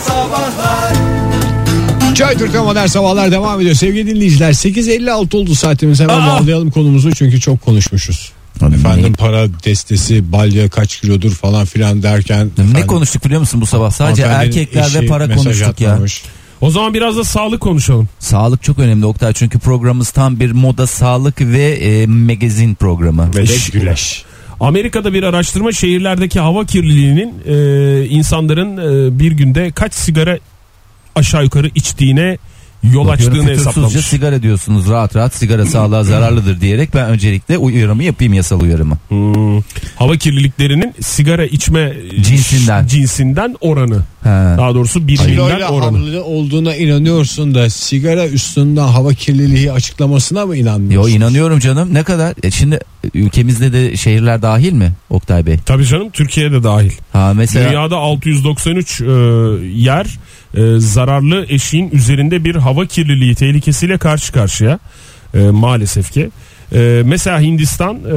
sabahlar Çay Türk'te modern sabahlar devam ediyor. Sevgili dinleyiciler 8.56 oldu saatimiz hemen Aa! bağlayalım konumuzu çünkü çok konuşmuşuz. Abi Efendim para destesi balya kaç kilodur falan filan derken. Ne konuştuk biliyor musun bu sabah? Sadece erkekler ve para konuştuk ya. O zaman biraz da sağlık konuşalım. Sağlık çok önemli Oktay çünkü programımız tam bir moda, sağlık ve e, magazin programı. Ve de Şş, güleş. Amerika'da bir araştırma şehirlerdeki hava kirliliğinin e, insanların e, bir günde kaç sigara aşağı yukarı içtiğine yol bakıyorum açtığını fütursuzca hesaplamış. sigara diyorsunuz rahat rahat sigara sağlığa zararlıdır diyerek ben öncelikle uyarımı yapayım yasal uyarımı. Hmm. Hava kirliliklerinin sigara içme e, Cinsinden. cinsinden oranı. Ha. Daha doğrusu birbirinden Kiloyla oranı. hamile olduğuna inanıyorsun da sigara üstünden hava kirliliği açıklamasına mı Yo inanmıyorsun? inanıyorum canım ne kadar E, şimdi ülkemizde de şehirler dahil mi Oktay Bey? Tabii canım Türkiye'de dahil. Ha mesela Dünyada 693 e, yer e, zararlı eşiğin üzerinde bir hava kirliliği tehlikesiyle karşı karşıya E, maalesef ki. E, mesela Hindistan e,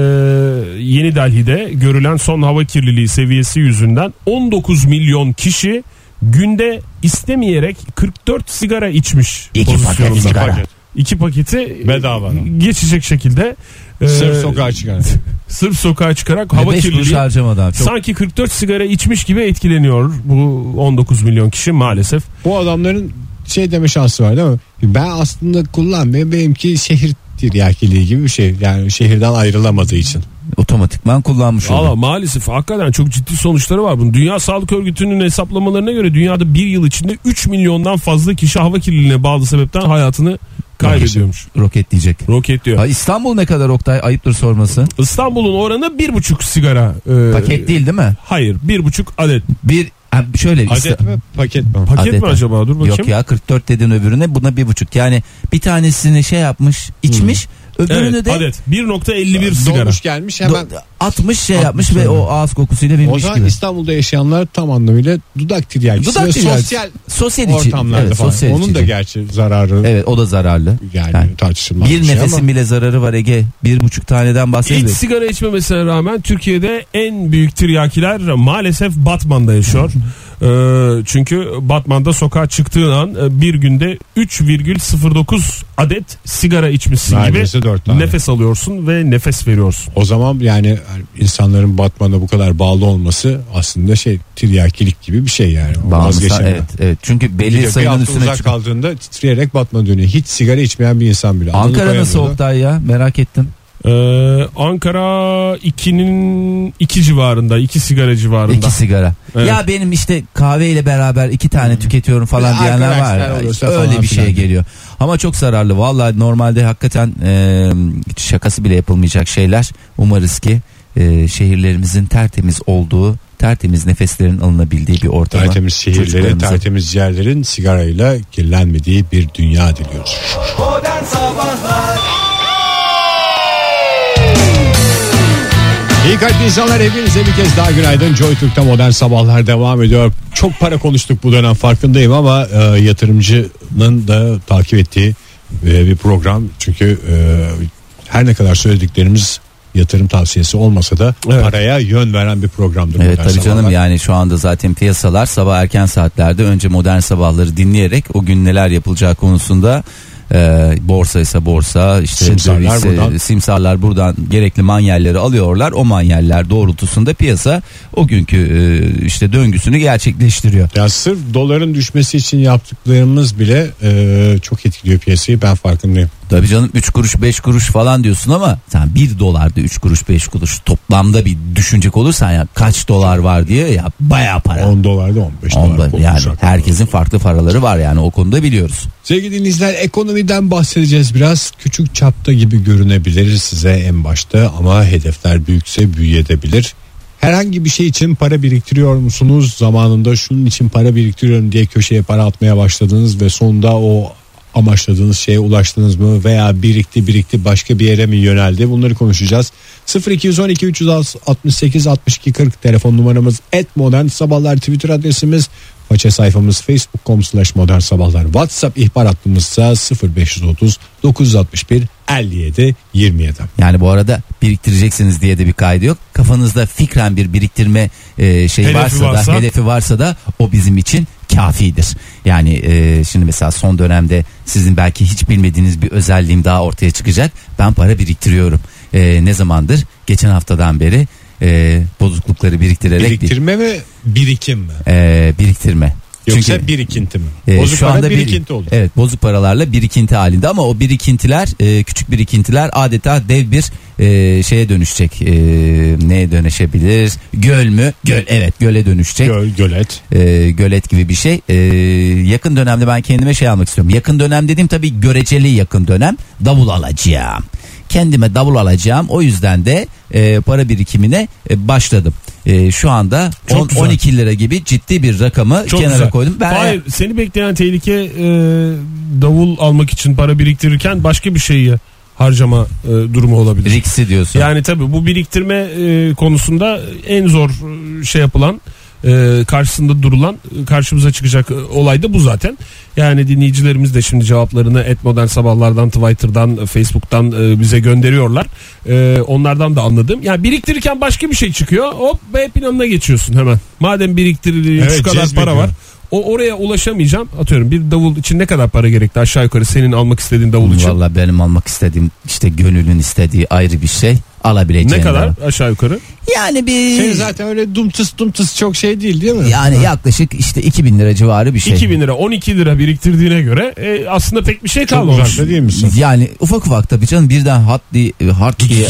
Yeni Delhi'de görülen son hava kirliliği seviyesi yüzünden 19 milyon kişi günde istemeyerek 44 sigara içmiş. İki paket pozisyonunda. sigara. İki paketi Bedava. geçecek şekilde e, Sırf sokağa çıkan. sırf sokağa çıkarak Ve hava beş kuruş kirliliği harcamadan çok Sanki 44 sigara içmiş gibi etkileniyor bu 19 milyon kişi maalesef. Bu adamların şey deme şansı var değil mi? Ben aslında kullanmıyorum benimki şehir tiryakiliği gibi bir şey. Yani şehirden ayrılamadığı için. otomatikman kullanmış Valla oldum. maalesef hakikaten çok ciddi sonuçları var bunun. Dünya Sağlık Örgütü'nün hesaplamalarına göre dünyada bir yıl içinde 3 milyondan fazla kişi hava kirliliğine bağlı sebepten hayatını kaybediyormuş. Roketleyecek. Roketliyor. Ha, İstanbul ne kadar Oktay ayıptır sorması. İstanbul'un oranı 1,5 sigara. e, Paket değil değil mi? Hayır 1,5 adet. Bir ha, şöyle bir Adet mi paket mi? Paket Adet ha. mi acaba dur bakayım. Yok ya 44 dedin öbürüne buna bir buçuk. Yani bir tanesini şey yapmış içmiş öbürünü Hmm. Evet, de adet 1.51 sigara. Dolmuş gelmiş do- hemen atmış şey yapmış ve o ağız kokusuyla O binmiş zaman gibi. İstanbul'da yaşayanlar tam anlamıyla dudak tiryakisi Dudak ve tiryakisi. sosyal Sosyal içi. ortamlarda evet, falan. sosyal Onun da içici. gerçi zararı Evet o da zararlı. yani Yani tartışılmaz Bir şey nefesin ama bile zararı var Ege. Bir buçuk taneden Hiç bahsediyoruz. sigara içmemesine rağmen Türkiye'de en büyük tiryakiler maalesef Batman'da yaşıyor. Ee, çünkü Batman'da sokağa çıktığın an e, bir günde 3,09 adet sigara içmişsin gibi neredeyse dört tane. nefes alıyorsun ve nefes veriyorsun. O zaman yani insanların Batman'a bu kadar bağlı olması aslında şey tiryakilik gibi bir şey yani. O Bağımlısa, vazgeçemem. evet, evet. Çünkü Bir de belli bir sayının hafta üstüne uzak çıkıyor. kaldığında titreyerek Batman'a dönüyor. Hiç sigara içmeyen bir insan bile. Anını Ankara koyamıyor nasıl da. Oktay ya merak ettim. Ee, Ankara 2'nin 2 civarında 2 sigara civarında. İki sigara. Evet. Ya benim işte kahveyle beraber iki tane tüketiyorum falan Bir diyenler var. Hmm. arkadaşlar ya. olursa Öyle falan bir şey filan. geliyor. Ama çok zararlı. Vallahi normalde hakikaten e, şakası bile yapılmayacak şeyler. Umarız ki e, şehirlerimizin tertemiz olduğu, tertemiz nefeslerin alınabildiği bir ortama. Tertemiz şehirleri, çocuklarımıza- tertemiz yerlerin sigarayla kirlenmediği bir dünya diliyoruz. Modern Sabahlar İyi kalpli insanlar hepinize bir kez daha günaydın. Joy Türk'te modern sabahlar devam ediyor. Çok para konuştuk bu dönem farkındayım ama e, yatırımcının da takip ettiği e, bir program. Çünkü e, her ne kadar söylediklerimiz yatırım tavsiyesi olmasa da Evet. paraya yön veren bir programdır. Evet modern tabii canım sabahlar. yani şu anda zaten piyasalar sabah erken saatlerde önce modern sabahları dinleyerek o gün neler yapılacağı konusunda e, borsa ise borsa işte Simsarlar döviz ise- buradan. simsarlar buradan gerekli manyelleri alıyorlar o manyeller doğrultusunda piyasa o günkü e, işte döngüsünü gerçekleştiriyor. Ya sırf doların düşmesi için yaptıklarımız bile e, çok etkiliyor piyasayı ben farkındayım. Tabii canım 3 kuruş 5 kuruş falan diyorsun ama sen 1 dolarda 3 kuruş 5 kuruş toplamda bir düşünecek olursan ya kaç dolar var diye ya bayağı para. 10 dolarda 15 Onda- dolar. yani konuşsak. herkesin farklı paraları var yani o konuda biliyoruz. Sevgili dinleyiciler ekonomiden bahsedeceğiz biraz. Küçük çapta gibi görünebilir size en başta ama hedefler büyükse büyüyebilir. Herhangi bir şey için para biriktiriyor musunuz? Zamanında şunun için para biriktiriyorum diye köşeye para atmaya başladınız ve sonunda o amaçladığınız şeye ulaştınız mı veya birikti birikti başka bir yere mi yöneldi bunları konuşacağız 0212 368 62 40 telefon numaramız et modern sabahlar twitter adresimiz faça sayfamız facebook.com slash modern sabahlar whatsapp ihbar hattımızsa 0530 961 57 27 Yani bu arada biriktireceksiniz diye de bir kaydı yok. Kafanızda fikren bir biriktirme e, şey Hedefi varsa, varsa- da hedefi varsa da o bizim için kafidir. Yani e, şimdi mesela son dönemde sizin belki hiç bilmediğiniz bir özelliğim daha ortaya çıkacak. Ben para biriktiriyorum. E, ne zamandır? Geçen haftadan beri e, bozuklukları biriktirerek değil, Biriktirme ve birikim mi? e, biriktirme. Yoksa birikinti mi? Ee, Bozuk para bir- birikinti olur. Evet bozuk paralarla birikinti halinde ama o birikintiler e, küçük birikintiler adeta dev bir e, şeye dönüşecek. E, neye dönüşebilir? Göl mü? Göl evet göle dönüşecek. Göl, gölet. E, gölet gibi bir şey. E, yakın dönemde ben kendime şey almak istiyorum. Yakın dönem dediğim tabii göreceli yakın dönem davul alacağım. Kendime davul alacağım. O yüzden de e, para birikimine e, başladım. E, şu anda Çok 10, güzel. 12 lira gibi ciddi bir rakamı Çok kenara güzel. koydum. Ben Hayır, seni bekleyen tehlike e, davul almak için para biriktirirken başka bir şeyi harcama e, durumu olabilir. Rix'i diyorsun. Yani tabii bu biriktirme e, konusunda en zor e, şey yapılan e, karşısında durulan e, karşımıza çıkacak e, olay da bu zaten. Yani dinleyicilerimiz de şimdi cevaplarını et modern sabahlardan Twitter'dan e, Facebook'tan e, bize gönderiyorlar. E, onlardan da anladım. Yani biriktirirken başka bir şey çıkıyor. Hop hep yanına geçiyorsun hemen. Madem biriktirir Evet, şu kadar cezbediyor. para var. O oraya ulaşamayacağım. Atıyorum bir davul için ne kadar para gerekti aşağı yukarı senin almak istediğin davul için. Valla benim almak istediğim işte gönülün istediği ayrı bir şey alabileceğim. ne kadar Şey aşağı yukarı? Yani bir Senin zaten öyle dumtıs dumtıs çok şey değil değil mi? yani yaklaşık işte 2000 lira civarı bir şey. 2000 lira 12 lira biriktirdiğine göre e, aslında pek bir şey Çok kalmamış. uzakta değil misin? Yani ufak ufak tabii canım birden hat diye hard diye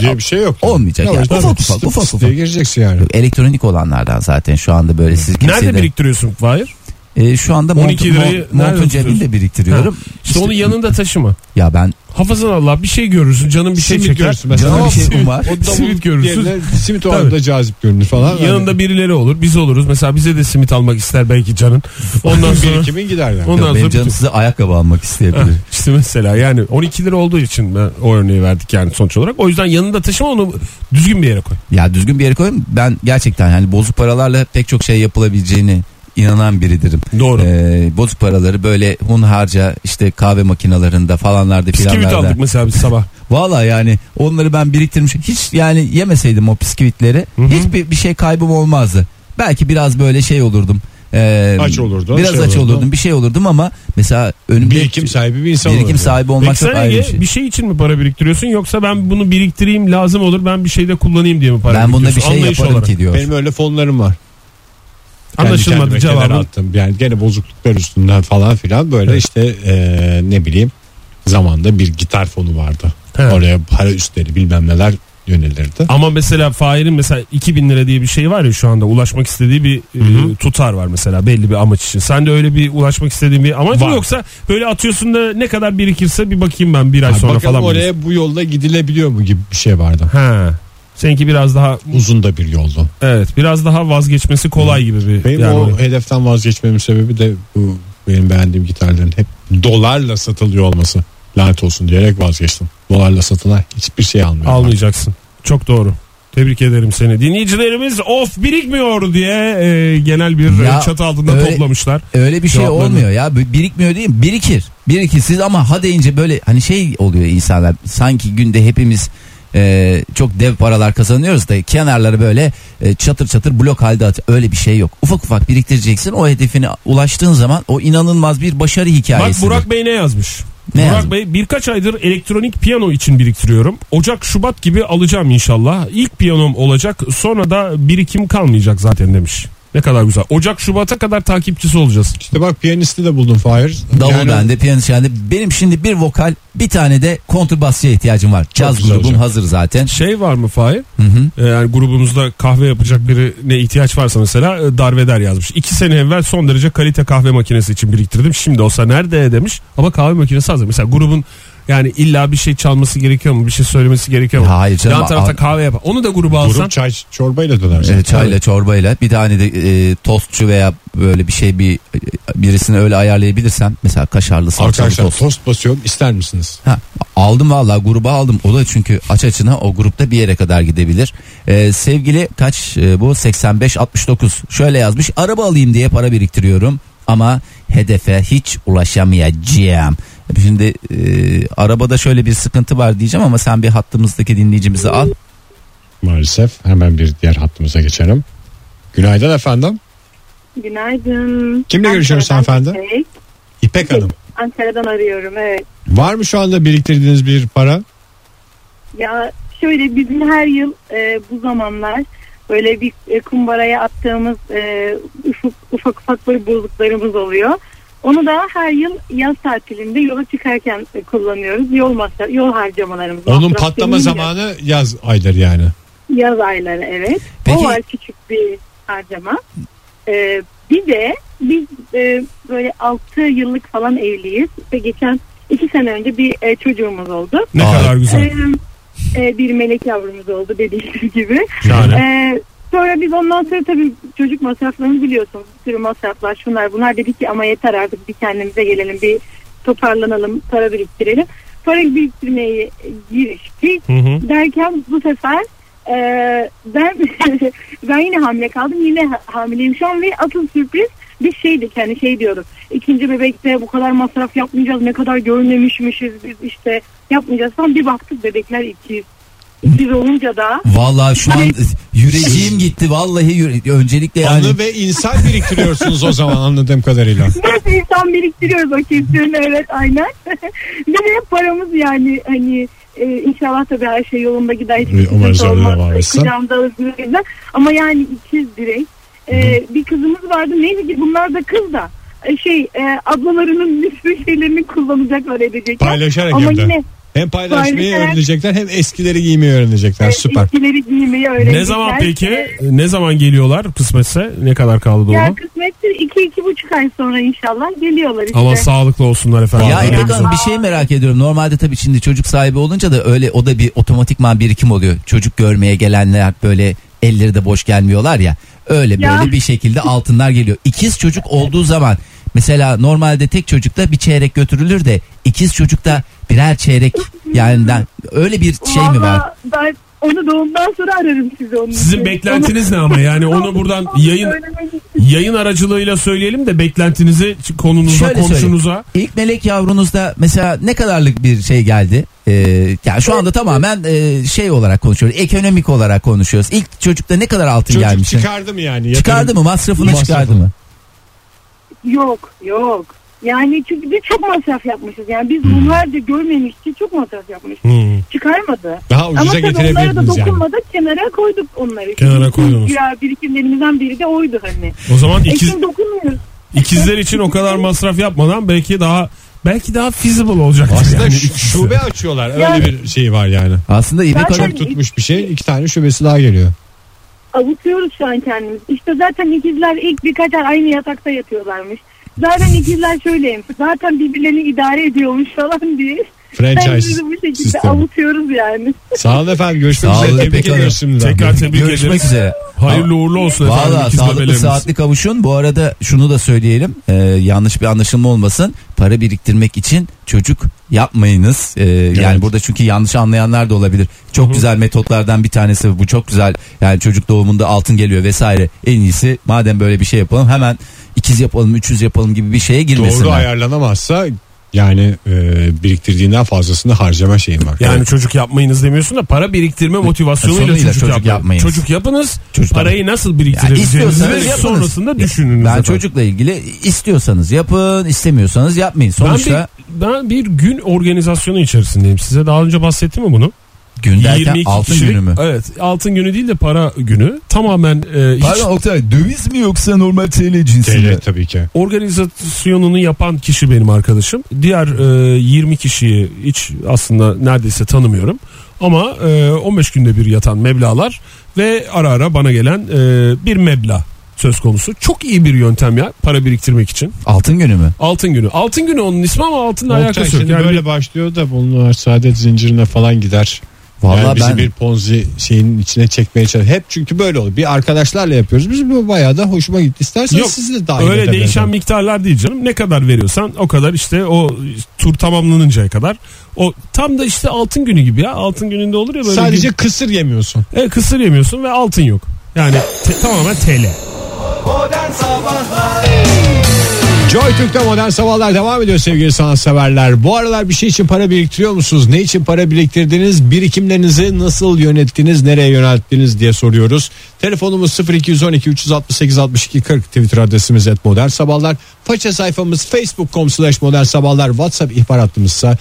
diye bir şey yok. Olmayacak yani. Yavaştan Ufak tıs ufak, tıs ufak tıs ufak. diye gireceksin yani. elektronik olanlardan zaten şu anda böyle siz kimseye şey. Nerede de- biriktiriyorsun Fahir? E, şu anda 12 montu, lirayı mon- montun nerede cebinde tutuyorsun? biriktiriyorum. İşte onu yanında taşıma. ya ben Hafızan Allah bir şey görürsün canın bir şey Simit çeker. görürsün mesela. Canım bir şey Simit- var. O davul Simit görürsün. yerine Simit o Tabii. anda cazip görünür falan. Hani Yanında birileri olur biz oluruz. Mesela bize de simit almak ister belki canın. Ondan Ondan sonra birikimin gider yani. Ondan benim sonra canım bütün- size ayakkabı almak Ha, isteyebilir. işte mesela yani 12 lira olduğu için ben o örneği verdik yani sonuç olarak. O yüzden yanında taşıma onu düzgün bir yere koy. Ya düzgün bir yere koyayım. Ben gerçekten yani bozuk paralarla pek çok şey yapılabileceğini inanan biridirim. Doğru. Ee, bozuk paraları böyle hunharca işte kahve makinalarında falanlarda Bisküvit filanlarda. aldık mesela biz sabah. Valla yani onları ben biriktirmiş. Hiç yani yemeseydim o bisküvitleri Hı hı. hiçbir bir şey kaybım olmazdı. Belki biraz böyle şey olurdum. Ee, Aç olurdun, Biraz şey aç olurdun. olurdum bir şey olurdum ama mesela önümde Birikim sahibi bir insan birikim olur. sahibi Peki olmak çok sen ayrı bir Ege şey. bir şey için mi para biriktiriyorsun yoksa ben bunu biriktireyim lazım olur ben bir şeyde kullanayım diye mi para Ben bunda bir biriktiriyorsun? şey Anlayış yaparım olarak. ki diyor. Benim öyle fonlarım var. Kendi Anlaşılmadı kendime kenara cevabın. attım. Yani gene bozukluklar üstünden falan filan böyle Evet. işte eee, ne bileyim zamanda bir gitar fonu vardı. He. Oraya para üstleri bilmem neler yönelirdi. Ama mesela Fahir'in mesela 2000 lira diye bir şey var ya şu anda ulaşmak istediği bir e, tutar var mesela belli bir amaç için. Sen de öyle bir ulaşmak istediğin bir amaç mı Var. yoksa böyle atıyorsun da ne kadar birikirse bir bakayım ben bir ay Ha, sonra bakalım falan. mı oraya bu yolda gidilebiliyor mu gibi bir şey vardı. diyorsun? Ha. Seninki biraz daha Uzun da bir yoldu. evet biraz daha vazgeçmesi kolay gibi bir Benim yani o öyle. hedeften vazgeçmemin sebebi de bu benim beğendiğim gitarların hep dolarla satılıyor olması. Lanet olsun diyerek vazgeçtim. Dolarla satılan hiçbir şey almıyorum. Almayacaksın. Çok doğru. Tebrik ederim seni. Dinleyicilerimiz of birikmiyor diye e, genel bir Ya, e, çatı altında öyle- toplamışlar. Öyle bir şey Cevaplarını. olmuyor ya. Bir- Birikmiyor değil mi? Birikir. Birikir siz ama ha deyince böyle hani şey oluyor insanlar. Sanki günde hepimiz e, çok dev paralar kazanıyoruz da kenarları böyle e, çatır çatır blok halde at. Öyle bir şey yok. Ufak ufak biriktireceksin. O hedefine ulaştığın zaman o inanılmaz bir başarı Bak hikayesi. Burak Bey ne yazmış? Ne Burak yazmış? Bey birkaç aydır elektronik piyano için biriktiriyorum. Ocak Şubat gibi alacağım inşallah. İlk piyanom olacak sonra da birikim kalmayacak zaten demiş. Ne kadar güzel. Ocak Şubat'a kadar takipçisi olacağız. İşte E bak piyanisti de buldum Fahir. Davul Yani bende, piyanist bende. Benim şimdi bir vokal, bir tane de kontrbasçıya ihtiyacım var. Caz güzel grubum hocam. hazır zaten. Şey var mı Fahir? Hı hı. Ee, Yani grubumuzda kahve yapacak birine ihtiyaç varsa mesela e, Darveder yazmış. İki sene evvel son derece kalite kahve makinesi için biriktirdim. Şimdi olsa nerede demiş. Ama kahve makinesi hazır. Mesela grubun yani illa bir şey çalması gerekiyor mu? Bir şey söylemesi gerekiyor mu? Hayır canım, Yan tarafta al- kahve yap. Onu da gruba alsan. Grup çay çorbayla dönersin. Evet, Ee, çayla çorbayla bir tane de e, tostçu veya böyle bir şey bir e, birisini öyle ayarlayabilirsem mesela kaşarlı salçalı Arkadaşlar tost. tost basıyorum ister misiniz? Ha, aldım vallahi gruba aldım. O da çünkü aç açına o grupta bir yere kadar gidebilir. E, sevgili kaç e, bu 85 69 şöyle yazmış. Araba alayım diye para biriktiriyorum ama hedefe hiç ulaşamayacağım. Şimdi e, arabada şöyle bir sıkıntı var diyeceğim ama sen bir hattımızdaki dinleyicimizi al. Maalesef hemen bir diğer hattımıza geçelim. Günaydın efendim. Günaydın. Kimle görüşüyoruz Ankara'dan hanımefendi? İpek. İpek Hanım. Ankara'dan arıyorum evet. Var mı şu anda biriktirdiğiniz bir para? Ya şöyle bizim her yıl e, bu zamanlar böyle bir e, kumbaraya attığımız e, ufak, ufak ufak böyle bozuklarımız oluyor. Onu da her yıl yaz tatilinde yola çıkarken e, kullanıyoruz. Yol masra- yol harcamalarımız. Onun masraf patlama demeyeyim de, zamanı yaz ayları yani. Yaz ayları evet. Peki- O var küçük bir harcama. Ee, bir de biz e, böyle 6 yıllık falan evliyiz ve geçen 2 sene önce bir e, çocuğumuz oldu. Ne Aa. kadar güzel. Ee, e, bir melek yavrumuz oldu dediğiniz gibi. Şahane. Ee, sonra biz ondan sonra tabii çocuk masraflarını biliyorsunuz. Bir sürü masraflar şunlar bunlar dedik ki ama yeter artık bir kendimize gelelim bir toparlanalım para biriktirelim. Para biriktirmeye giriştik. Hı hı. Derken bu sefer e, ben ben yine hamile kaldım. Yine ha- hamileyim şu an ve asıl sürpriz bir şeydik yani şey diyoruz. İkinci bebekte bu kadar masraf yapmayacağız. Ne kadar görmemişmişiz biz işte yapmayacağız falan. Bir baktık bebekler ikiz. İkiz olunca da Vallahi şu Hani- an yüreğim gitti. Vallahi yüre- öncelikle yani Anı ve insan biriktiriyorsunuz o zaman anladığım kadarıyla. Biraz insan biriktiriyoruz o kesin evet aynen. Bir de paramız yani hani e, inşallah tabii her şey yolunda gider. hiçbir Umarız sıkıntı öyle olmaz. devam etsin. Kucağımda alır güvenilir. Ama yani ikiz direkt. E, bir kızımız vardı neyse ki bunlar da kız da. E, şey e, ablalarının bir sürü şeylerini kullanacaklar edecekler. Paylaşarak Ama hem de. yine Hem paylaşmayı Paylaşarak- öğrenecekler hem eskileri giymeyi öğrenecekler. e, Süper. eskileri giymeyi öğrenecekler. Ne zaman peki? E, Ne zaman geliyorlar kısmetse? Ne kadar kaldı Ya doğum? kısmetse iki iki buçuk ay sonra inşallah geliyorlar işte. Ama sağlıklı olsunlar efendim. Ya Ne İpek güzel. Hanım bir şey merak ediyorum. Normalde tabii şimdi çocuk sahibi olunca da öyle o da bir otomatikman birikim oluyor. Çocuk görmeye gelenler böyle elleri de boş gelmiyorlar ya. Öyle Ya. böyle bir şekilde altınlar geliyor. İkiz çocuk olduğu zaman mesela normalde tek çocukta bir çeyrek götürülür de ikiz çocukta birer çeyrek yani ben- öyle bir şey mi var? Vallahi Ben onu doğumdan sonra ararım sizi onun Sizin için. beklentiniz ne ama yani onu buradan Onu- onu yayın söylemek istiyorum. yayın aracılığıyla söyleyelim de beklentinizi konunuza Şöyle komşunuza İlk melek yavrunuzda mesela ne kadarlık bir şey geldi? Ee, yani şu anda tamamen e, şey olarak konuşuyoruz. Ekonomik olarak konuşuyoruz. İlk çocukta ne kadar altın Çocuk gelmiş? çıkardı mı yani? Yatırım- Çıkardı mı? Masrafını Masrafını. çıkardı mı? Yok yok. Yani çünkü biz çok masraf yapmışız. Yani biz bunlarca görmemişti çok masraf yapmışız. Hmm. Çıkarmadı. Daha Ama ucuza tabii onlara da getirebilirdiniz yani. dokunmadık kenara koyduk onları. Kenara Çünkü koydunuz. Ya birikimlerimizden biri de oydu hani. O zaman E ikiz, şimdi dokunmuyoruz. ikizler için o kadar masraf yapmadan belki daha belki daha feasible olacak. Aslında Yani şu- ikisi. şube açıyorlar. Öyle Yani- bir şey var yani. Aslında İpek Zaten- Hanım Çok tutmuş bir şey. iki tane şubesi daha geliyor. Avutuyoruz şu an kendimizi. İşte zaten ikizler ilk birkaç ay aynı yatakta yatıyorlarmış. Zaten ikizler şöyleymiş. Zaten birbirlerini idare ediyormuş falan diye. Franchise Kendimizi bu şekilde sistemi. avutuyoruz yani. Sağ olun efendim. Görüşmek Sağ üzere. olun Tebrik İpek Hanım. ediyoruz şimdiden. Tekrar tebrik görüşmek ederiz. üzere. Hayırlı uğurlu olsun efendim Valla ikiz sağlıklı bebelerimiz. saatli kavuşun. Bu arada şunu da söyleyelim. Ee, yanlış bir anlaşılma olmasın. Para biriktirmek için çocuk yapmayınız. Ee, Yani burada çünkü yanlış anlayanlar da olabilir. Çok güzel metotlardan bir tanesi bu. Çok güzel yani çocuk doğumunda altın geliyor vesaire. En iyisi madem böyle bir şey yapalım hemen ikiz yapalım, üçüz yapalım gibi bir şeye girmesinler. Doğru ayarlanamazsa yani e, biriktirdiğinden fazlasını harcama şeyin var. Yani çocuk yapmayınız demiyorsun da para E, biriktirme motivasyonuyla Sonuyla çocuk, çocuk yapmayın. yapmayınız. Çocuk yapınız. Çocuk parayı nasıl Yani biriktirebileceğinizi istiyorsanız ve yapınız. sonrasında düşününüz. Ben efendim. çocukla ilgili istiyorsanız yapın, istemiyorsanız yapmayın. ben Sonuçta bir, ben bir gün organizasyonu içerisindeyim. Size daha önce bahsettim mi bunu? gün derken 22 altın kişilik- günü mü? Evet. Altın günü değil de para günü. Tamamen e, hiç Oktay döviz mi yoksa normal TL cinsi TL tabii ki. organizasyonunu yapan kişi benim arkadaşım. Diğer e, 20 kişiyi hiç aslında neredeyse tanımıyorum. Ama e, 15 günde bir yatan meblalar ve ara ara bana gelen e, bir meblağ söz konusu. Çok iyi bir yöntem ya para biriktirmek için. Altın günü mü? Altın günü. Altın günü onun ismi ama altınla Oktay alakası yok. şimdi Yani böyle başlıyor da bunlar saadet zincirine falan gider. Vallahi yani bizi ben- bir ponzi şeyinin içine çekmeye çalışıyor. Hep çünkü böyle oluyor. Bir arkadaşlarla yapıyoruz. Biz bu bayağı da hoşuma gitti. İsterseniz Yok, siz de dahil Öyle edebilirim. değişen miktarlar değil canım. Ne kadar veriyorsan o kadar işte o tur tamamlanıncaya kadar. O tam da işte altın günü gibi ya. Altın gününde olur ya böyle. Sadece bir- kısır yemiyorsun. E, kısır yemiyorsun ve altın yok. Yani te- tamamen TL. Modern Sabahlar Joy Joy Türk'te modern sabahlar devam ediyor sevgili sanatseverler. Bu aralar bir şey için para biriktiriyor musunuz? Ne için para biriktirdiniz? Birikimlerinizi nasıl yönettiniz? Nereye yönelttiniz diye soruyoruz. Telefonumuz 0212 368 62 40 Twitter adresimiz et modern sabahlar. Faça sayfamız facebook.com slash modern sabahlar. Whatsapp ihbar hattımızsa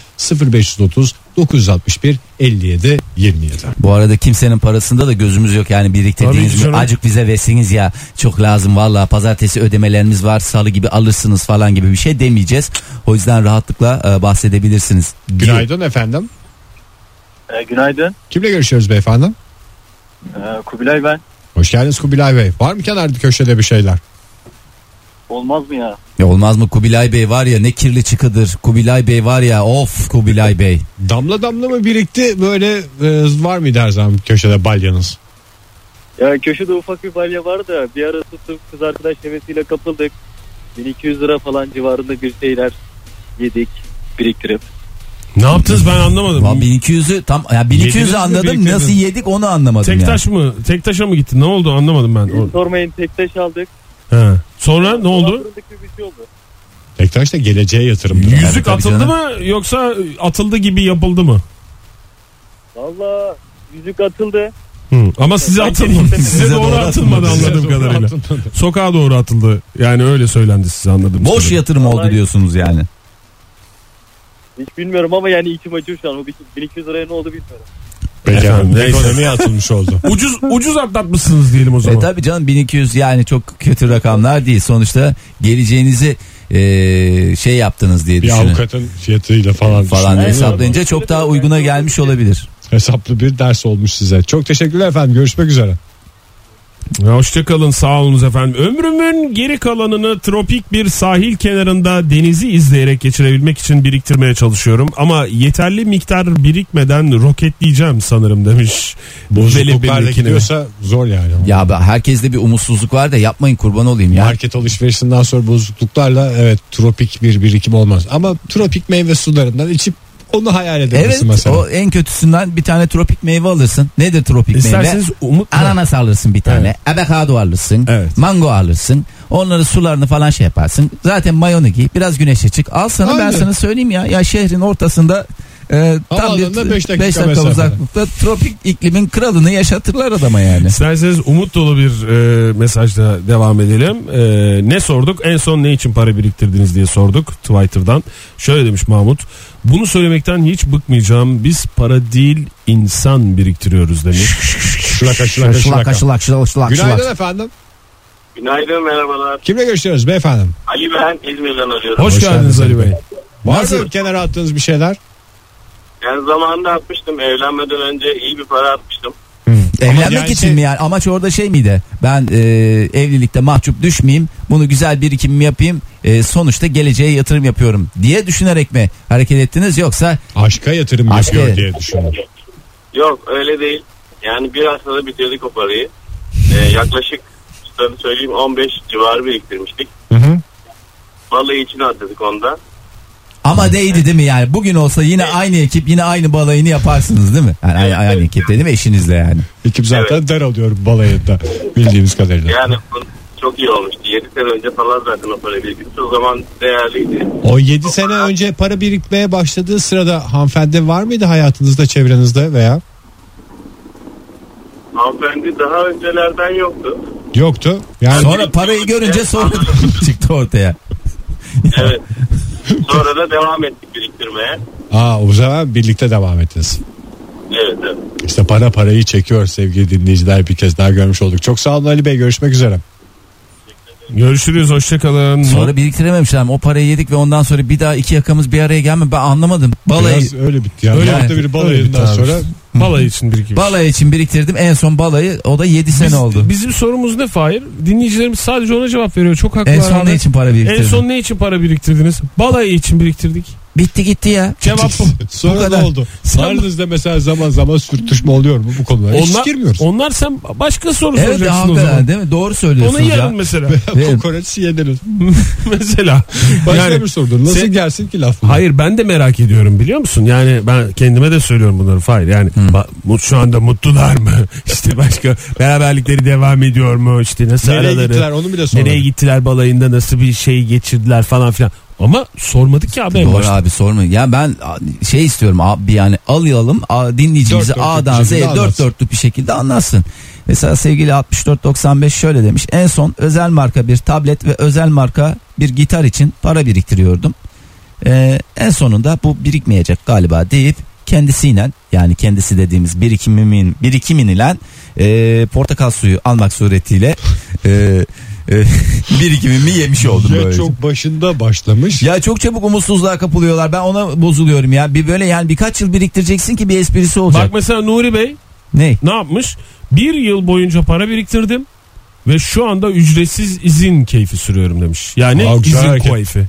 0530 961 57 27. Bu arada kimsenin parasında da gözümüz yok yani Tabii biriktirdiğiniz ki mi? canım. Acık bize versiniz ya çok lazım valla pazartesi ödemelerimiz var salı gibi alırsınız falan gibi bir şey demeyeceğiz. O yüzden rahatlıkla e, bahsedebilirsiniz. Günaydın efendim. Ee, günaydın. Kimle görüşüyoruz beyefendi? Ee, Kubilay ben. Hoş geldiniz Kubilay Bey. Var mı kenarda köşede bir şeyler? Olmaz mı ya? Ya olmaz mı Kubilay Bey var ya ne kirli çıkıdır Kubilay Bey var ya of Kubilay Bey. Damla damla mı birikti böyle e, var mıydı her zaman köşede balyanız? Ya köşede ufak bir balya var da bir ara tutup kız arkadaş hevesiyle kapıldık. 1200 lira falan civarında bir şeyler yedik biriktirip. Ne yaptınız ben anlamadım. Vallahi 1200'ü tam ya 1200'ü Yediniz mi, anladım biriktirdiniz? nasıl yedik onu anlamadım Tek yani. taş mı? Tek taşa mı gitti? Ne oldu anlamadım ben. O- Sormayın tek taş aldık. He. Sonra ne oldu? Dolandırıldık gibi bir şey oldu. Bektaş da geleceğe yatırımdır. Yüz- Yüzük Tabii atıldı canım. mı yoksa atıldı gibi yapıldı mı? Valla yüzük atıldı. Hı. Ama size atılmadı. Size doğru atılmadı anladığım kadarıyla. Sokağa doğru atıldı. Yani öyle söylendi size anladım. Boş yatırım oldu diyorsunuz yani. Hiç bilmiyorum ama yani içim acıyor şu an. O 1200 liraya ne oldu bilmiyorum. Peki Efendim, efendim, neyse. ekonomiye atılmış oldu. Ucuz ucuz atlatmışsınız diyelim o E zaman. tabi canım 1200 yani çok kötü rakamlar değil. Sonuçta geleceğinizi e, şey yaptınız diye Bir düşünün. avukatın fiyatıyla falan, Falan düşünün. hesaplayınca çok daha uyguna gelmiş olabilir. Hesaplı bir ders olmuş size. Çok teşekkürler efendim. Görüşmek üzere. Ya hoşça kalın sağ olunuz efendim. Ömrümün geri kalanını tropik bir sahil kenarında denizi izleyerek geçirebilmek için biriktirmeye çalışıyorum. Ama yeterli miktar birikmeden roketleyeceğim sanırım demiş. Bozukluklarla Veli Birlikini. gidiyorsa zor yani. Ya ben- herkeste bir umutsuzluk var da yapmayın kurban olayım ya. Market alışverişinden sonra bozukluklarla evet tropik bir birikim olmaz. Ama tropik meyve sularından içip onu hayal edebilirsin Evet mesela. o en kötüsünden bir tane tropik meyve alırsın. Nedir tropik meyve? İsterseniz umut Ananas alırsın bir tane. Avokado alırsın. Evet. Mango alırsın. Onları sularını falan şey yaparsın. Zaten mayonu giy. Biraz güneşe çık. Al sana ben Aynen. sana söyleyeyim ya. Ya şehrin ortasında e, tam bir Havaalanına beş dakika beş dakika mesafe. uzaklıkta tropik iklimin kralını yaşatırlar adama yani. İsterseniz umut dolu bir e, mesajla devam edelim. E, ne sorduk? En son ne için para biriktirdiniz diye sorduk Twitter'dan. Şöyle demiş Mahmut. Bunu söylemekten hiç bıkmayacağım. Biz para değil insan biriktiriyoruz demiş. Şulaka şulaka şulaka. Şulak şulak şulak şulak şulak. Günaydın efendim. Günaydın merhabalar. Kimle görüşüyoruz beyefendi? Ali ben İzmir'den arıyorum. Hoş, Hoş geldiniz geldiniz Ali Bey. Var mı kenara attığınız bir şeyler? Yani zamanında atmıştım. Evlenmeden önce iyi bir para atmıştım. Evlenmek Ama yani için şey- mi yani? Amaç orada şey miydi? Ben e, evlilikte mahcup düşmeyeyim. Bunu güzel birikimimi yapayım. e, sonuçta geleceğe yatırım yapıyorum diye düşünerek mi hareket ettiniz yoksa Aşka yatırım Aşka- yapıyor diye düşündüm. Yok öyle değil. Yani bir haftada bitirdik o parayı. Ee, yaklaşık sana söyleyeyim 15 civarı biriktirmiştik. Balayı içine atladık onda. ama değdi değil mi yani? Bugün olsa yine aynı ekip yine aynı balayını yaparsınız değil mi? Yani aynı, Evet, aynı evet. ekip dedim eşinizle yani. Ekip zaten daralıyor balayında bildiğimiz kadarıyla. Yani bu çok iyi olmuştu. 7 sene önce falan zaten o parayı biriktirmişti. O zaman değerliydi. O 7 sene önce para birikmeye başladığı sırada hanımefendi var mıydı hayatınızda, çevrenizde veya? Hanımefendi daha öncelerden yoktu. Yoktu. Yani Sonra parayı görünce sonra çıktı ortaya. Evet. Sonra da devam ettik biriktirmeye. Aa, o zaman birlikte devam ettiniz. Evet evet. İşte para parayı çekiyor sevgili dinleyiciler bir kez daha görmüş olduk. Çok sağ olun Ali Bey görüşmek üzere. Görüşürüz hoşçakalın. Sonra biriktirememişler ama o parayı yedik ve ondan sonra bir daha iki yakamız bir araya gelme ben anlamadım. Balayı Biraz öyle bitti yani. Öyle Öyle bitti. bir balayından Öyle bitti abi. sonra Balayı için birikim. balayı için biriktirdim. En son balayı o da 7 sene oldu. Bizim sorumuz ne Fahir? Dinleyicilerimiz sadece ona cevap veriyor. Çok haklı. en son ne için para biriktirdim? En son ne için para biriktirdiniz? Balayı için biriktirdik. Bitti gitti ya. Cevap bu. Sonra kadar. ne oldu? Aranızda mesela zaman zaman sürtüşme oluyor mu bu konulara? Hiç Onlar, girmiyoruz. onlar sen başka soru Evet soracaksın o hakikaten zaman. değil mi? Doğru Onu söylüyorsunuz ya. yarın mesela. Evet. Kokoreç yediniz. mesela. Başka Yani- bir sorudur. Nasıl Sen- gelsin ki laf? Hayır ben de merak ediyorum biliyor musun? Yani ben kendime de söylüyorum bunları Fahir. Yani ba- mu- şu anda mutlular mı? işte başka beraberlikleri devam ediyor mu? İşte nasıl Nereye araları? gittiler onu bile sormadık. nereye gittiler balayında nasıl bir şey geçirdiler falan filan. Ama sormadık ya abi en Doğru başta. abi sorma. Ya ben a- şey istiyorum abi yani alayalım a- dinleyicimizi Dört dörtlük A'dan bir Z'ye şekilde dört anlatsın. dörtlük bir şekilde anlatsın. Mesela sevgili 6495 şöyle demiş. En son özel marka bir tablet ve özel marka bir gitar için para biriktiriyordum. Ee, en sonunda bu birikmeyecek galiba deyip kendisiyle yani kendisi dediğimiz birikimimin birikimin ile e, portakal suyu almak suretiyle e, e, birikimimi yemiş oldum Ya böylece. çok başında başlamış. Ya çok çabuk umutsuzluğa kapılıyorlar. Ben ona bozuluyorum ya. Bir böyle yani birkaç yıl biriktireceksin ki bir esprisi olacak. Bak mesela Nuri Bey ne? ne yapmış? Bir yıl boyunca para biriktirdim ve şu anda ücretsiz izin keyfi sürüyorum demiş. Yani Aa, güzel izin hareket. keyfi.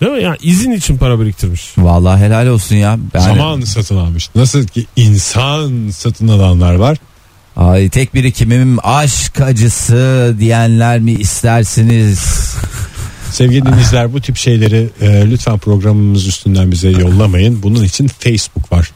Değil mi? Yani izin için para biriktirmiş. Vallahi helal olsun ya. Yani, Zamanı satın almış. Nasıl ki insan satın alanlar var. Ay tek birikimim aşk acısı diyenler mi istersiniz? Ah. Sevgili dinleyiciler bu tip şeyleri e, lütfen programımız üstünden bize Ah. yollamayın. Bunun için Facebook var.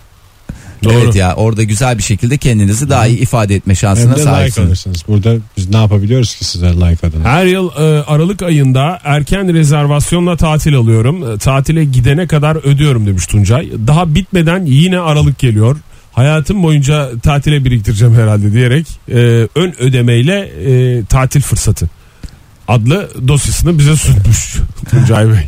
Evet ya orada güzel bir şekilde kendinizi daha iyi ifade etme Hem şansına de like sahipsiniz. alırsınız. Burada biz ne yapabiliyoruz ki size like Ah, adına? Her yıl e, Aralık ayında erken rezervasyonla tatil alıyorum. E, tatile gidene kadar ödüyorum demiş Tuncay. Daha bitmeden yine Aralık geliyor. Hayatım boyunca tatile biriktireceğim herhalde diyerek e, ön ödemeyle e, tatil fırsatı adlı dosyasını bize sunmuş Tuncay Bey.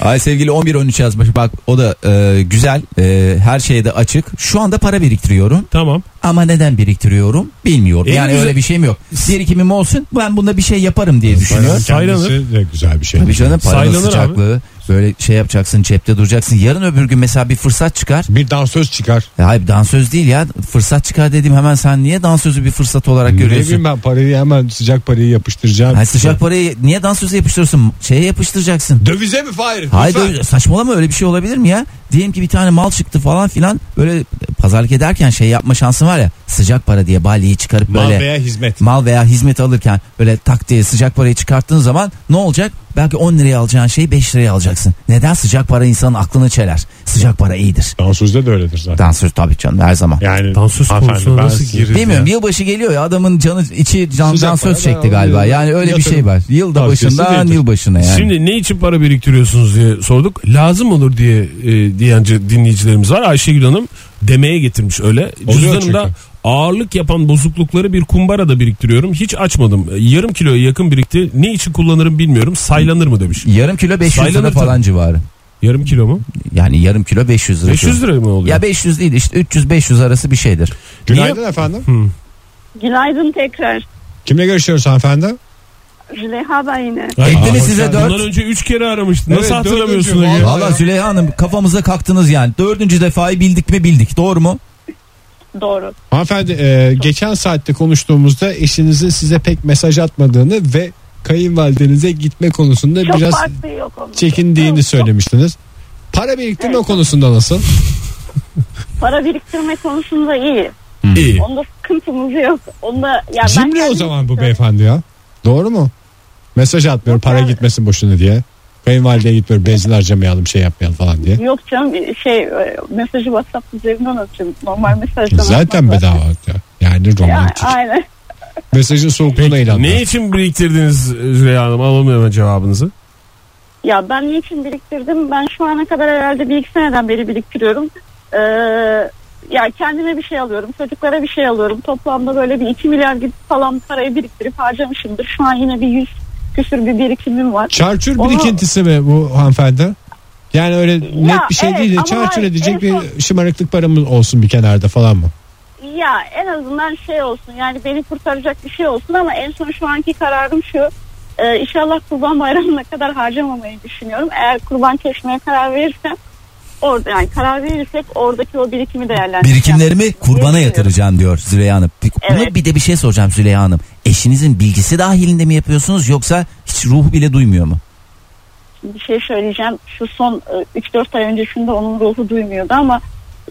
Ay sevgili 11-13 yazmış bak o da e, güzel e, her şeye de açık. Şu anda para biriktiriyorum Tamam. ama neden biriktiriyorum bilmiyorum. En yani güzel- öyle bir şeyim yok. Birikimim olsun ben bunda bir şey yaparım diye düşünüyorum. saylanır. Kendisi de güzel bir şey. Tabii canım paranın Saylanır sıcaklığı böyle şey yapacaksın cepte duracaksın. Yarın öbür gün mesela bir fırsat çıkar. Bir dansöz çıkar. Ya hayır dansöz değil ya fırsat çıkar dedim hemen sen niye dansözü bir fırsat olarak Ne görüyorsun? bileyim ben parayı hemen sıcak parayı yapıştıracağım. Hayır, sıcak parayı niye dansöze yapıştırıyorsun? Şeye yapıştıracaksın. Dövize mi Fahir? Hayır Lütfen. öyle- saçmalama öyle bir şey olabilir mi ya? Diyelim ki bir tane mal çıktı falan filan böyle pazarlık ederken şey yapma şansın var ya sıcak para diye balyeyi çıkarıp Mal böyle veya hizmet. mal veya hizmet alırken böyle tak diye sıcak parayı çıkarttığın zaman ne olacak? Belki 10 liraya alacağın şeyi 5 liraya alacaksın. Neden sıcak para insanın aklını çeler? Sıcak para iyidir. Dansözde de öyledir zaten. Dansöz tabii canım her zaman. Yani Dansöz hanımefendi, konusuna ben nasıl siz- girir? Bilmiyorum yılbaşı geliyor ya adamın canı içi Sıcak para candan söz çekti ben galiba. alıyorum. Yani öyle bir Yatırım şey var. Yılda tavsiyesi başından değildir. yıl başına yani. Şimdi ne için para biriktiriyorsunuz diye sorduk. Lazım olur diye e, diyen c- dinleyicilerimiz var. Ayşegül Hanım demeye getirmiş öyle. Oluyor Cüzdanımda çünkü. ağırlık yapan bozuklukları bir kumbarada biriktiriyorum. Hiç açmadım. E, Yarım kiloya yakın birikti. Ne için kullanırım bilmiyorum. Saylanır mı demiş. yarım kilo 500 lira Saylanır falan tabii. civarı. Yarım kilo mu? Yani yarım kilo 500 lira. 500 lira mı oluyor? Ya 500 değil işte 300-500 arası bir şeydir. Günaydın efendim. Günaydın tekrar. Kimle görüşüyoruz hanımefendi? Züleyha ben yine. Ay, Etti mi hoş size geldin. dört? Bundan önce 3 kere aramıştı. Nasıl Evet, hatırlamıyorsun? dördüncü. Ege? Vallahi- Valla Züleyha Hanım kafamıza kalktınız yani. Dördüncü defayı bildik mi bildik doğru mu? Doğru. Hanımefendi e, geçen saatte konuştuğumuzda eşinizin size pek mesaj atmadığını ve kayınvalidenize gitme konusunda Çok E, biraz farklı yok onun. çekindiğini Çok- söylemiştiniz. Para biriktirme Evet. konusunda nasıl? Para biriktirme konusunda iyi. İyi. Onda sıkıntımız yok. Onda ya ben Cimri o kendim zaman bu istiyorum. beyefendi ya. Doğru mu? Mesaj atmıyor Yok para yani. gitmesin boşuna diye. Kayınvalideye gitmiyor benzin harcamayalım şey yapmayalım falan diye. Yok canım şey e, mesajı WhatsApp üzerinden atıyorum. Normal mesajdan Zaten atmak var. bedava. ya. Yani Ya, romantik. aynen. Mesajın soğukluğuna ilan. Ne için biriktirdiniz Züleyha Hanım? Alalım hemen cevabınızı. Ya ben niçin biriktirdim? Ben şu ana kadar herhalde bir iki seneden beri biriktiriyorum. Ee, ya kendime bir şey alıyorum, çocuklara bir şey alıyorum. Toplamda böyle bir 2 milyar gibi falan parayı biriktirip harcamışımdır. Şu an yine bir yüz küsür bir birikimim var. Çarçur Onu- birikintisi mi bu hanımefendi? Yani öyle net bir şey evet, değil de ama çarçur hayır, edecek en bir son- şımarıklık paramız olsun bir kenarda falan mı? Ya en azından şey olsun yani beni kurtaracak bir şey olsun ama en son şu anki kararım şu. Ee, inşallah kurban bayramına kadar harcamamayı düşünüyorum. Eğer kurban kesmeye karar verirsem orada yani karar verirsek oradaki o birikimi değerlendireceğim. Birikimlerimi kurbana Bilmiyorum. yatıracağım diyor Züleyha Hanım. Peki, Evet. Bunu bir de bir şey soracağım Züleyha Hanım. Eşinizin bilgisi dahilinde mi yapıyorsunuz yoksa hiç ruhu bile duymuyor mu? bir şey söyleyeceğim. Şu son e, 3-4 ay öncesinde onun ruhu duymuyordu ama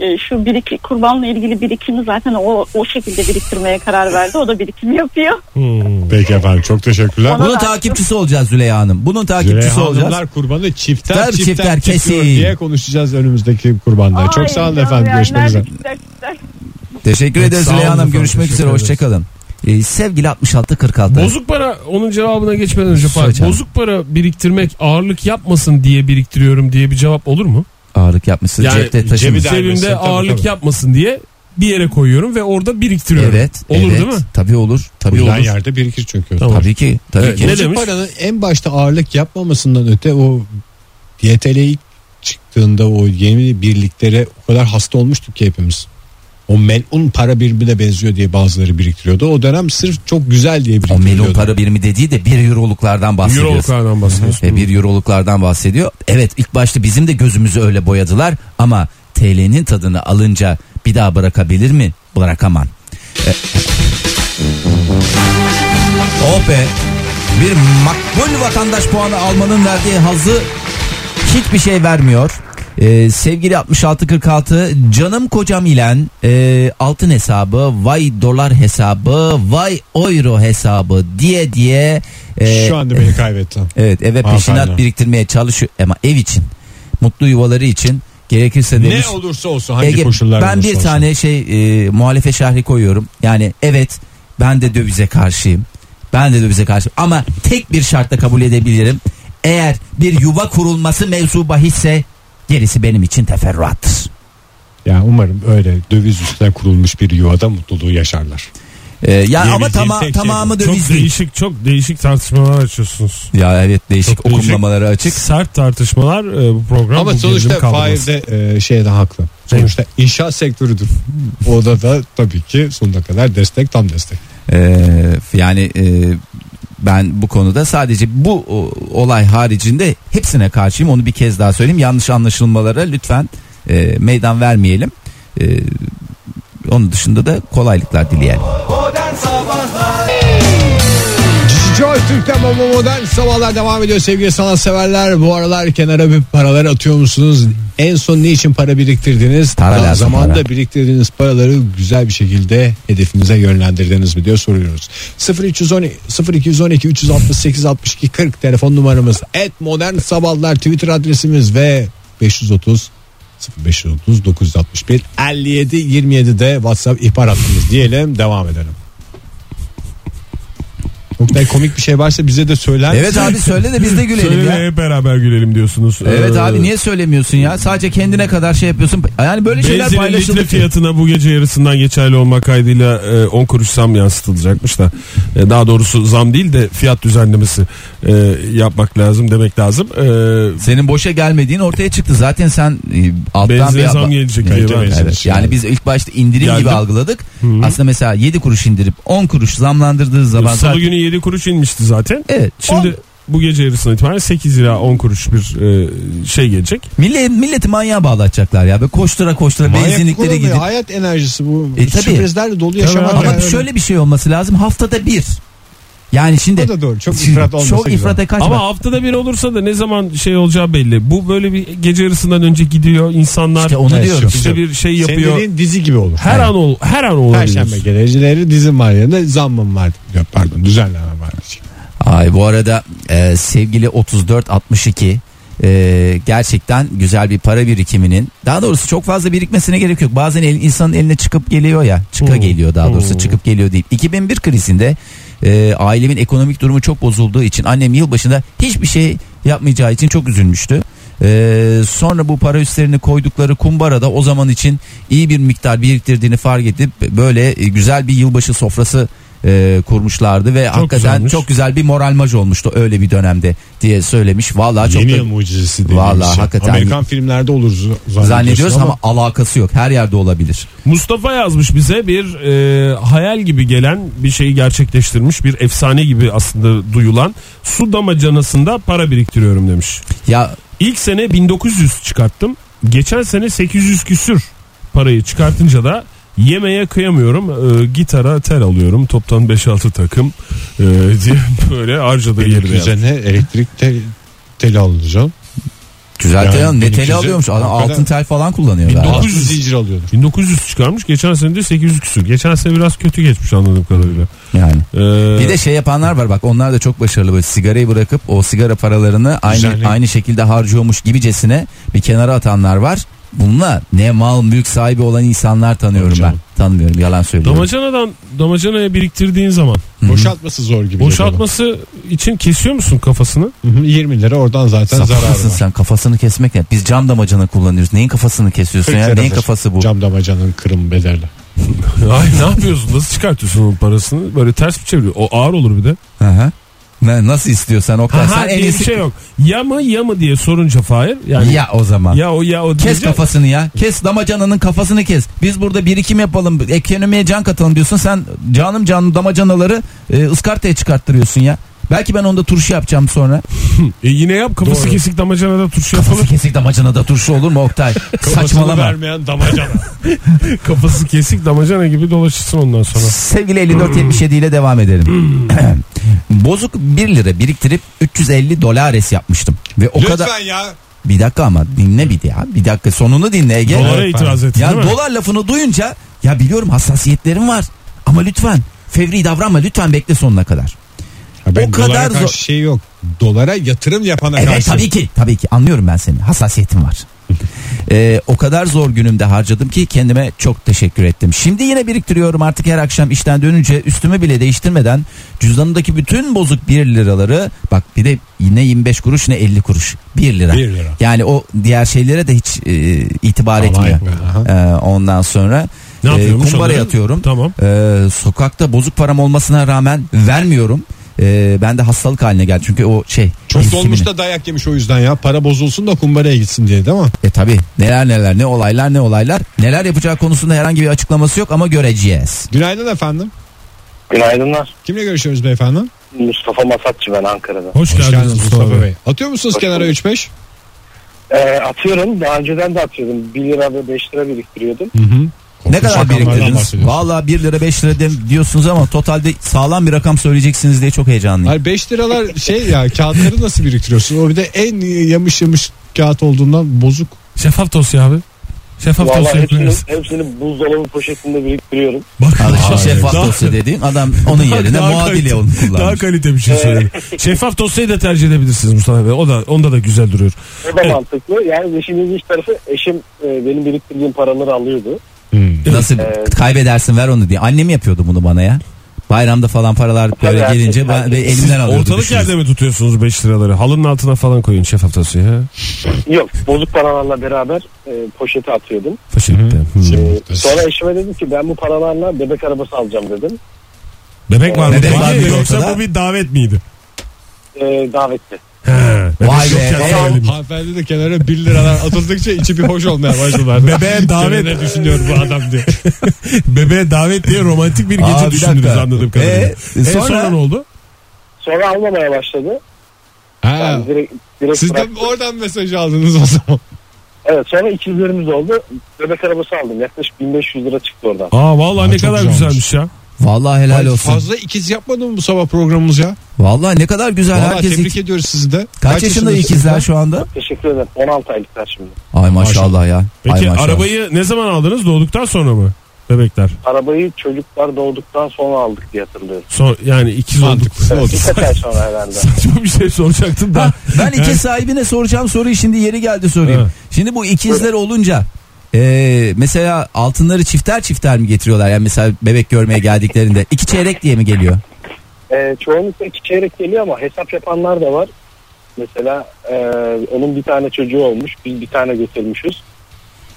e, şu birik kurbanla ilgili birikimi zaten o o şekilde biriktirmeye karar verdi. O da birikim yapıyor. Hmm. Peki efendim çok teşekkürler. Ona- Bunun takipçisi olacağız Züleyha Hanım. Bunun takipçisi Züleyha olacağız. Hanımlar kurbanı çifter Tabii çifter, çifter kesiyor kesin. diye konuşacağız önümüzdeki kurbanda. çok sağ olun Ay, efendim canım, görüşmek üzere. nerede güzel- Teşekkür Evet, ederiz sağ Züleyha olun Hanım. efendim, Görüşmek teşekkür üzere. ederiz. Hoşçakalın. Ee, sevgili 66 46. Bozuk para onun cevabına geçmeden önce Fahir, Söyle canım. Bozuk para biriktirmek ağırlık yapmasın diye biriktiriyorum diye bir cevap olur mu? Ağırlık yapmışsın. Yani cepte cebi taşımışsın. dermişsin, Cebimde şey. tabii, ağırlık tabii. yapmasın diye bir yere koyuyorum ve orada biriktiriyorum. Evet. Olur evet. değil mi? Tabii olur. Tabii Uyulan olur. yerde birikir çünkü. Tabii ki. Tabii Evet, ki. ne Bozuk demiş? paranın en başta ağırlık yapmamasından öte o YTL ilk çıktığında o yeni birliklere o kadar hasta olmuştuk ki hepimiz. O melun para birbirine benziyor diye bazıları biriktiriyordu. O dönem sırf çok güzel diye O biriktiriyordu. melon para birimi dediği de 1 euroluklardan bahsediyoruz. Euro'lardan bahsediyorsun. Ve Hı. bir euroluklardan bahsediyor. Evet ilk başta bizim de gözümüzü öyle boyadılar ama TL'nin tadını alınca bir daha bırakabilir mi? Bırakamam. E- Oh be bir makbul vatandaş puanı almanın verdiği hazı hiçbir şey vermiyor. Ee, sevgili 6646 canım kocam ile e, altın hesabı vay dolar hesabı vay euro hesabı diye diye e, Şu anda beni kaybettin. Evet eve Hanımefendi. peşinat biriktirmeye çalışıyor ama ev için mutlu yuvaları için gerekirse demiş. ne olursa olsun hangi Ege, koşullarda ben bir olursa olsun. tane şey e, muhalefe şerhi koyuyorum. Yani evet ben de dövize karşıyım. Ben de dövize karşıyım ama tek bir şartla kabul edebilirim. Eğer bir yuva kurulması mevzu bahisse gerisi benim için teferruattır. Ya umarım öyle döviz üstüne kurulmuş bir yuvada mutluluğu yaşarlar. E, ya Diyebileceğim ama tama- tek şey tamamı Çok döviz değil. değişik çok değişik tartışmalar açıyorsunuz. Ya evet değişik Çok değişik. okumlamaları açık. Sert tartışmalar e, bu program. Ama bu sonuçta gerilim kaldırmaz. Fahir de e, şeyde haklı. Sonuçta inşaat sektörüdür. O da da tabii ki sonuna kadar destek tam destek. Ee, yani e, ben bu konuda sadece bu o, olay haricinde hepsine karşıyım. Onu bir kez daha söyleyeyim. Yanlış anlaşılmalara lütfen e, meydan vermeyelim. E, onun dışında da kolaylıklar dileyelim. Modern Sabahlar Joy Türk'te Baba Modern Sabahlar devam ediyor sevgili sanatseverler. Bu aralar kenara bir paralar atıyor musunuz? En son ne için para biriktirdiniz? Para Tam lazım, Zamanında para. biriktirdiğiniz paraları güzel bir şekilde hedefinize yönlendirdiniz mi diyor soruyoruz. 0312 0212 368 62 40 telefon numaramız. Et Modern Sabahlar Twitter adresimiz ve 530 0530 961 57 27 de WhatsApp ihbar hattımız diyelim devam edelim. Oktay komik bir şey varsa bize de söyler Evet abi söyle de biz de gülelim şey- Söyle de ya. hep beraber gülelim diyorsunuz. Evet Ee, abi niye söylemiyorsun ya? Sadece kendine kadar şey yapıyorsun. Yani böyle şeyler Benzinin litre paylaşıldı. ki. fiyatına bu gece yarısından geçerli olmak kaydıyla e, 10 kuruş zam yansıtılacakmış da E, daha doğrusu zam değil de fiyat düzenlemesi e, yapmak lazım demek lazım. E, Senin boşa gelmediğin ortaya çıktı. Zaten sen e, alttan benzine bir zam gelecek Evet, diye ben- evet. Evet, yani biz ilk başta indirim Geldim. gibi algıladık. Aslında mesela 7 kuruş indirip 10 kuruş zamlandırdığı zaman Salı zaten- günü 7 kuruş inmişti zaten. Evet. Şimdi Şimdi bu gece yarısından itibaren 8 lira 10 kuruş bir e, şey gelecek. millet milleti manyağa bağlatacaklar ya. Böyle koştura koştura Manyak benzinliklere kullanıyor. gidip. Hayat enerjisi bu. E, tabii. Sürprizlerle dolu yaşamak. abi. Ama yani. şöyle bir şey olması lazım. Haftada bir. Yani şimdi O da doğru. Çok Şimdi ifrat olması çok güzel. ifrata kaçma. Ama haftada bir olursa da ne zaman şey olacağı belli. Bu böyle bir gece yarısından önce gidiyor insanlar. İşte onu Evet, diyorum. işte bir şey Senin yapıyor. dediğin dizi gibi olur. Her an ol, her an olabilir. Perşembe geleceleri dizim var yerine zammım var. Yok, pardon düzenlemem var. Ay bu arada e, sevgili 3462 e, gerçekten güzel bir para birikiminin daha doğrusu çok fazla birikmesine gerek yok. Bazen el, insanın eline çıkıp geliyor ya çıka Hmm. geliyor daha doğrusu Hmm. çıkıp geliyor deyip 2001 krizinde e, ailemin ekonomik durumu çok bozulduğu için annem yılbaşında hiçbir şey yapmayacağı için çok üzülmüştü. E, sonra bu para üstlerini koydukları kumbarada o zaman için iyi bir miktar biriktirdiğini fark edip böyle e, güzel bir yılbaşı sofrası e, kurmuşlardı ve hakikaten güzelmiş. çok güzel bir moral maj olmuştu öyle bir dönemde diye söylemiş. Vallahi çok Yeni da- yıl mucizesi dediğimiz Vallahi şey. hakikaten- Amerikan filmlerde olur zannediyorsun zannediyoruz ama, alakası yok. Her yerde olabilir. Mustafa yazmış bize bir e, hayal gibi gelen bir şeyi gerçekleştirmiş bir efsane gibi aslında duyulan su damacanasında para biriktiriyorum demiş. Ya İlk sene 1900 çıkarttım. Geçen sene 800 küsür parayı çıkartınca da yemeye kıyamıyorum. E, gitara tel alıyorum. Toptan 5-6 takım e, diye böyle harcadığı Benim yeri de üzerine elektrik te- teli alınacağım. Güzel Yani tel alın. Ne benim teli yüzüm alıyormuş? Adam hakikaten- altın tel falan kullanıyor galiba. 900 zincir alıyordu. 1900 çıkarmış. Geçen sene de 800 küsür. Geçen sene biraz kötü geçmiş anladığım kadarıyla. Yani. Ee, Bir de şey yapanlar var bak onlar da çok başarılı böyle sigarayı bırakıp o sigara paralarını aynı Düzenli. aynı şekilde harcıyormuş gibicesine bir kenara atanlar var. Bununla ne mal mülk sahibi olan insanlar tanıyorum Tabii ben. canım. Tanımıyorum yalan söylüyorum. damacanadan damacanaya biriktirdiğin zaman Boşaltması zor gibi. boşaltması için kesiyor musun kafasını? geliyor bana. Hı hı, 20 lira oradan zaten Sapık zarar mısın var. sen kafasını kesmek ne? Biz cam damacana kullanıyoruz. Neyin kafasını kesiyorsun ya? Neyin kafası bu? Cam damacanın kırım bedeli. Ay ne yapıyorsun? Nasıl çıkartıyorsun onun parasını? Böyle ters mi çeviriyor? O ağır olur bir de. Hı hı. Ne, nasıl istiyorsan Oktay. Ha, sen en diye bir iyisi... şey yok. Ya mı ya mı diye sorunca Fahir. Yani ya, Ya o zaman. o ya o Kes diyecek. kafasını ya. Kes damacananın kafasını kes. Biz burada birikim yapalım. Ekonomiye can katalım diyorsun. Sen canım canım damacanaları e, ıskartaya çıkarttırıyorsun ya. Belki ben onda turşu yapacağım sonra. E yine yap kafası Doğru. kesik damacanada turşu Kafası yapılır. kesik damacana da turşu olur mu Oktay? Saçmalama. vermeyen damacana. kafası kesik damacana gibi dolaşırsın ondan sonra. Sevgili 5477 ile devam edelim. Hmm. Bozuk 1 lira biriktirip 350 dolares yapmıştım. Ve o Lütfen kadar... ya. Bir dakika ama dinle bir ya. Bir dakika sonunu dinle Ege. Dolara itiraz ettin Ya değil mi? dolar lafını duyunca ya biliyorum hassasiyetlerim var ama lütfen fevri davranma lütfen bekle sonuna kadar. Ha ben O dolara kadar karşı zor- şey yok. Dolara yatırım yapana Evet karşı. tabii ki tabii ki anlıyorum ben seni hassasiyetim var. Ee, o kadar zor günümde harcadım ki kendime çok teşekkür ettim. Şimdi yine biriktiriyorum artık her akşam işten dönünce üstümü bile değiştirmeden cüzdanımdaki bütün bozuk 1 liraları bak bir de ne 25 kuruş ne 50 kuruş 1 lira. 1 lira. Yani o diğer şeylere de hiç e, itibar etmiyor. etmiyor, aha. Ee, ondan sonra Ne e, yapıyormuş kumbara onları? yatıyorum. Tamam. Ee, sokakta bozuk param olmasına rağmen vermiyorum. Ee, ben de hastalık haline geldi çünkü o şey. Çok mevsimine- dolmuş da dayak yemiş o yüzden ya. Para bozulsun da kumbaraya gitsin diye değil mi? E tabi neler neler ne olaylar ne olaylar. Neler yapacağı konusunda herhangi bir açıklaması yok ama göreceğiz. Günaydın efendim. Günaydınlar. Kimle görüşüyoruz beyefendi? Mustafa Masatçı ben Ankara'da. Hoş, Hoş geldiniz Mustafa Bey. Atıyor musunuz Hoş kenara bulduk. 3-5? Ee, atıyorum. Daha önceden de atıyordum. 1 lira ve 5 lira biriktiriyordum. ne kadar rakamlardan biriktirdiniz? bahsediyorsun. Valla 1 lira 5 lira dem- diyorsunuz ama totalde sağlam bir rakam söyleyeceksiniz diye çok heyecanlıyım. Hayır 5 liralar şey ya kağıtları nasıl biriktiriyorsun? O bir de en yamış yamış kağıt olduğundan bozuk. Şeffaf dosya abi. Şeffaf Vallahi dosya hepsini, yapıyoruz. hepsini buzdolabı poşetinde biriktiriyorum. Bak. Al işte Aa, şeffaf evet. dosya dediğim adam onun yerine daha muadile kalite- onu Daha kullanmış. kalite bir şey söyleyeyim. Şeffaf dosyayı da tercih edebilirsiniz Mustafa Bey. O da onda da güzel duruyor. O da Evet. mantıklı. Yani işin ilginç tarafı eşim e, benim biriktirdiğim paraları alıyordu. Nasıl Evet. kaybedersin ver onu diye. Annem yapıyordu bunu bana ya. Bayramda falan paralar böyle Tabii, gelince herkes- ben, ve herkes- elimden alıyordu. Ortalık düşünün. yerde mi tutuyorsunuz 5 liraları? Halının altına falan koyun şeffaf dosyayı. ha. Yok bozuk paralarla beraber e, poşete atıyordum. Poşette. Hmm. E, Şimdi- sonra eşime dedim ki ben bu paralarla bebek arabası alacağım dedim. Bebek var mı? Bebek Peki, var mı Yoksa ortada? bu bir davet miydi? E, davetli. He, bebek Vay be. yokken Vay davet mi? Hanımefendi de kenara 1 liralar atıldıkça içi bir hoş olmaya başladı. Bebeğe davet. ne düşünüyor bu adam diye. Bebeğe davet diye romantik bir gece Aa, bir düşündünüz dakika. anladığım kadarıyla. Ee, E, sonra? sonra? ne oldu? Sonra almamaya başladı. Ha. Yani direkt, direkt Siz de bıraktı. oradan mesaj aldınız o zaman. Evet sonra ikizlerimiz oldu. Bebek arabası aldım. Yaklaşık 1500 lira çıktı oradan. Aa vallahi Aa, ne çok kadar güzelmiş. güzelmiş ya. Vallahi helal Ay, olsun. Fazla ikiz yapmadı mı bu sabah programımız ya? Vallahi ne kadar güzel Vallahi herkes. tebrik iki- ediyoruz sizi de. Kaç, yaşında yaşındasınız ikizler siz de? şu anda? Teşekkür ederim. 16 aylıklar şimdi. Ay maşallah ya. Ay Peki maşallah. arabayı ne zaman aldınız? Doğduktan sonra mı? Bebekler. Arabayı çocuklar doğduktan sonra aldık diye hatırlıyorum. Son, yani ikiz olduk. Mantıklı. Oldu. Birkaç ay sonra herhalde. Saçma bir şey soracaktım da. Ben iki sahibine soracağım soruyu şimdi yeri geldi sorayım. Evet. Şimdi bu ikizler olunca e, mesela altınları çifter çifter mi getiriyorlar? Yani mesela bebek görmeye geldiklerinde iki çeyrek diye mi geliyor? E, Ee, çoğunlukla iki çeyrek geliyor ama hesap yapanlar da var. Mesela e, onun bir tane çocuğu olmuş. Biz bir tane götürmüşüz.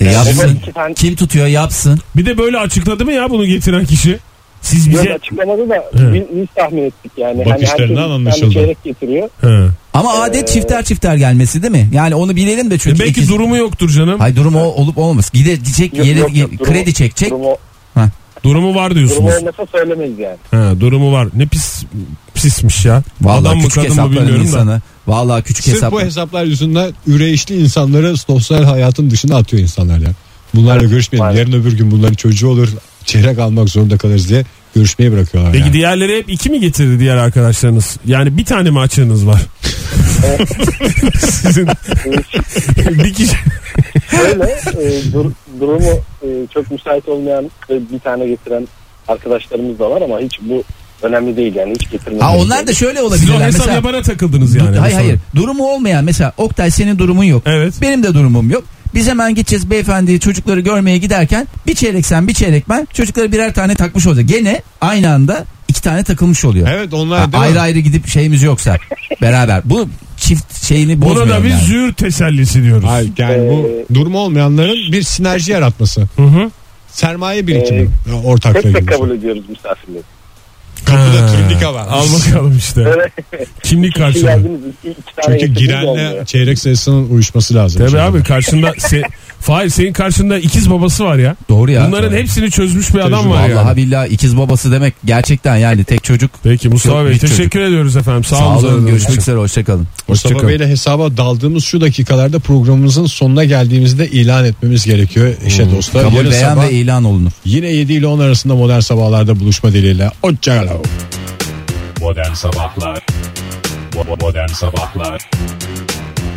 E, Baba yapsın. iki tane Kim tutuyor yapsın. Bir de böyle açıkladı mı ya bunu getiren kişi? Siz Yok, bize... açıklamadı da He. biz, biz tahmin ettik yani. Hani Bakışlarından herkes bir tane anlaşıldı. çeyrek getiriyor. He. Ama adet çifter çifter gelmesi değil mi? Yani onu bilelim de E çünkü. belki ikiz- durumu yoktur canım. Hay durum o olup olmaz. Gide gidecek Yok, yere yok, yok, durumu- kredi çekecek. Durumu, Durumu var durumu diyorsunuz. olmasa söylemeyiz yani. He, durumu var. Ne pis pismiş ya. Vallahi Adam mı küçük kadın mı hesapların bilmiyorum da. insanı. Vallahi küçük Sırf hesap. bu hesaplar yüzünden üreyişli insanları sosyal hayatın dışına atıyor insanlar ya. Bunlarla görüşmeyelim. Aynen. Yarın öbür gün bunların çocuğu olur. Çeyrek almak zorunda kalırız diye görüşmeyi bırakıyorlar. Peki yani. diğerleri hep iki mi getirdi diğer arkadaşlarınız? Yani bir tane mi açığınız var? Sizin bir kişi Böyle e, dur- durumu e, çok müsait olmayan ve bir tane getiren arkadaşlarımız da var ama hiç bu önemli değil yani hiç şey. getirmedi. Ha onlar da şöyle siz o olabilirler. hesap Mesela, yapana takıldınız yani. hayır Mesela. hayır. Durumu olmayan mesela Oktay senin durumun yok. Evet. Benim de durumum yok. Biz hemen gideceğiz beyefendi çocukları görmeye giderken bir çeyrek sen bir çeyrek ben çocuklara birer tane takmış olacak. Gene aynı anda iki tane takılmış oluyor. Evet onlar Ha, değil mi? ayrı ayrı gidip şeyimiz yoksa beraber. Bu çift şeyini bozmuyor. Buna da biz yani. züğür tesellisi diyoruz. Hayır, yani Ee, bu durumu olmayanların bir sinerji yaratması. Hı hı. Sermaye birikimi ortaklığı ee, Tek tek gibi. şey. kabul ediyoruz misafirleri. Kapıda Ha. turnike var. Al bakalım işte. Kimlik İki karşılığı. geldiniz iki, iki tane Çünkü getirdiniz olmuyor. girenle çeyrek sayısının uyuşması lazım. Tabii Şimdi. abi karşında se, Fahir senin karşında ikiz babası var ya. Doğru ya. Bunların doğru. hepsini çözmüş bir adam var Vallahi ya. Yani. billahi ikiz babası demek gerçekten yani tek çocuk. Peki Mustafa Yok, Bey bir çocuk. teşekkür ediyoruz efendim. Sağ, Sağ olun. olun. Görüşmek üzere. Hoşçakalın. Mustafa Bey ile hesaba daldığımız şu dakikalarda programımızın sonuna geldiğimizde ilan etmemiz gerekiyor eşe dostlar. Hmm. Kabul Yarın beyan sabah ve ilan olunur. yine 7 ile 10 arasında modern sabahlarda buluşma dileğiyle. Hoşçakalın. Modern sabahlar. Modern sabahlar.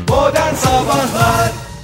Modern Sabahlar